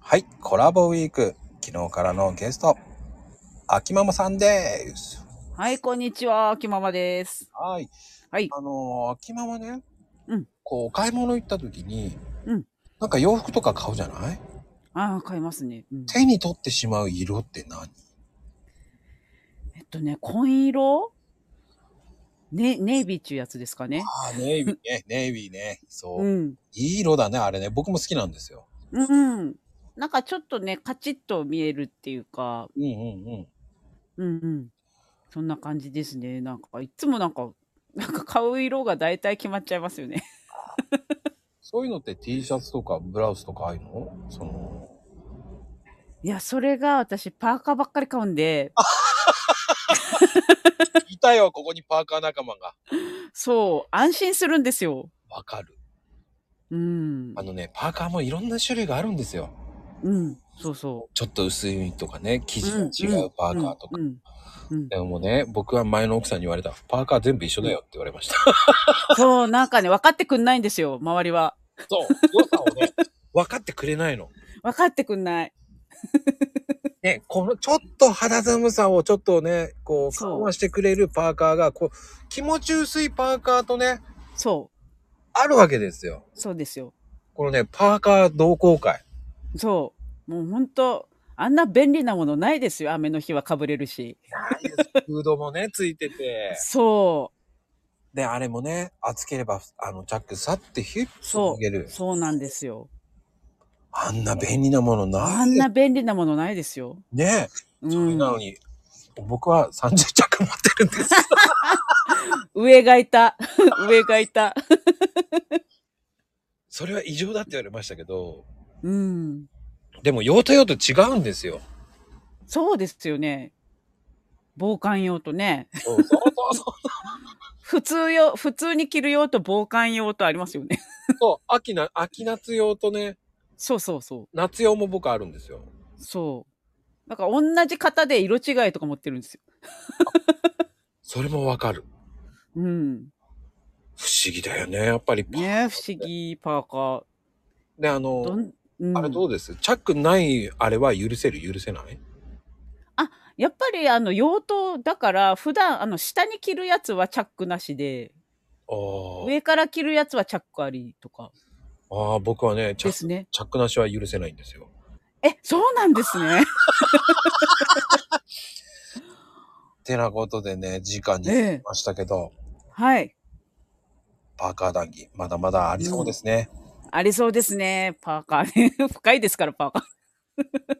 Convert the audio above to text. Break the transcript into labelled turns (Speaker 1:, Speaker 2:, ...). Speaker 1: はい、コラボウィーク。昨日からのゲスト、秋ママさんです。
Speaker 2: はい、こんにちは、きままです。
Speaker 1: はい。
Speaker 2: はい
Speaker 1: あのー秋ママね、
Speaker 2: うん
Speaker 1: こう、お買い物行った時に、
Speaker 2: うん
Speaker 1: なんか洋服とか買うじゃない
Speaker 2: ああ、買いますね、うん
Speaker 1: 手に取ってしまう色って何
Speaker 2: えっとね、紺色ね、ネイビーっていうやつですかね。
Speaker 1: ああ、ネイビーね、 ネイビーね。そう。
Speaker 2: うん。
Speaker 1: いい色だね、あれね。僕も好きなんですよ。
Speaker 2: うん。なんかちょっとね、カチッと見えるっていうか、
Speaker 1: うんうんうん。
Speaker 2: うんうん。そんな感じですね。なんか、いつもなんか、なんか買う色が大体決まっちゃいますよね。
Speaker 1: そういうのって T シャツとかブラウスとかああいうのその、
Speaker 2: いや、それが私、パーカーばっかり買うんで、
Speaker 1: いたよ、ここにパーカー仲間が。
Speaker 2: そう、安心するんですよ。
Speaker 1: わかる。
Speaker 2: うん
Speaker 1: あ。のね、パーカーもいろんな種類があるんですよ。
Speaker 2: うん。そうそ
Speaker 1: ちょっと薄いとかね、生
Speaker 2: う。
Speaker 1: 地が違うパーカーとか。
Speaker 2: うんうんうんうん
Speaker 1: でもね、僕は前の奥さんに言われた、パーカー全部一緒だよって言われました。
Speaker 2: そう、なんかね、分かってくんないんですよ、周りは。
Speaker 1: そう、良さをね、分かってくれないの。
Speaker 2: 分かってくんない。
Speaker 1: ね、このちょっと肌寒さをちょっとね、こう、
Speaker 2: そう
Speaker 1: 緩和してくれるパーカーが、こう、気持ち薄いパーカーとね、
Speaker 2: そ
Speaker 1: あるわけですよ。
Speaker 2: う、そうですよ。
Speaker 1: このね、パーカー同好会。
Speaker 2: そう。もうほんと、あんな便利なものないですよ、雨の日はかぶれるし。
Speaker 1: フードも ね、ついてて。
Speaker 2: そ
Speaker 1: で、あれもね、暑ければ、あの、チャックさってヒュッ
Speaker 2: う、
Speaker 1: と
Speaker 2: そ
Speaker 1: 脱げる
Speaker 2: う、。そうなんですよ。
Speaker 1: あんな便利なものない。
Speaker 2: あんな便利なものないですよ。
Speaker 1: ね
Speaker 2: う
Speaker 1: なの
Speaker 2: ん。
Speaker 1: に、僕は30着持ってるんです。
Speaker 2: 上がいた。 上がいた。
Speaker 1: それは異常だって言われましたけど、
Speaker 2: うん。
Speaker 1: でも用途用途違うんですよ。
Speaker 2: そうですよね。防寒用とね。
Speaker 1: そうそうそう
Speaker 2: 普通用、普通に着る用と防寒用とありますよね。
Speaker 1: そう。秋な、秋夏用とね、
Speaker 2: そうそうそう。
Speaker 1: 夏用も僕あるんですよ。
Speaker 2: そう。なんか同じ型で色違いとか持ってるんですよ。
Speaker 1: それもわかる。
Speaker 2: うん。
Speaker 1: 不思議だよね、やっぱり。
Speaker 2: ねえ不思議、パーカー。
Speaker 1: で、あ
Speaker 2: ど
Speaker 1: の、
Speaker 2: ん、うん、
Speaker 1: あれどうですチャックないあれは許せる許せない
Speaker 2: やっぱりあの用途だから、普段あの下に着るやつはチャックなしで、
Speaker 1: あー
Speaker 2: 上から着るやつはチャックありとか
Speaker 1: あー、僕はね、チャ
Speaker 2: で
Speaker 1: ック、
Speaker 2: すね。
Speaker 1: チャックなしは許せないんですよ。
Speaker 2: え、そうなんですね。
Speaker 1: てなことでね、時間にし
Speaker 2: ええ。
Speaker 1: ましたけど、
Speaker 2: はい。
Speaker 1: パーカー談義、まだまだありそうですね。
Speaker 2: ありそうですね、パーカーね。深いですから、パーカー。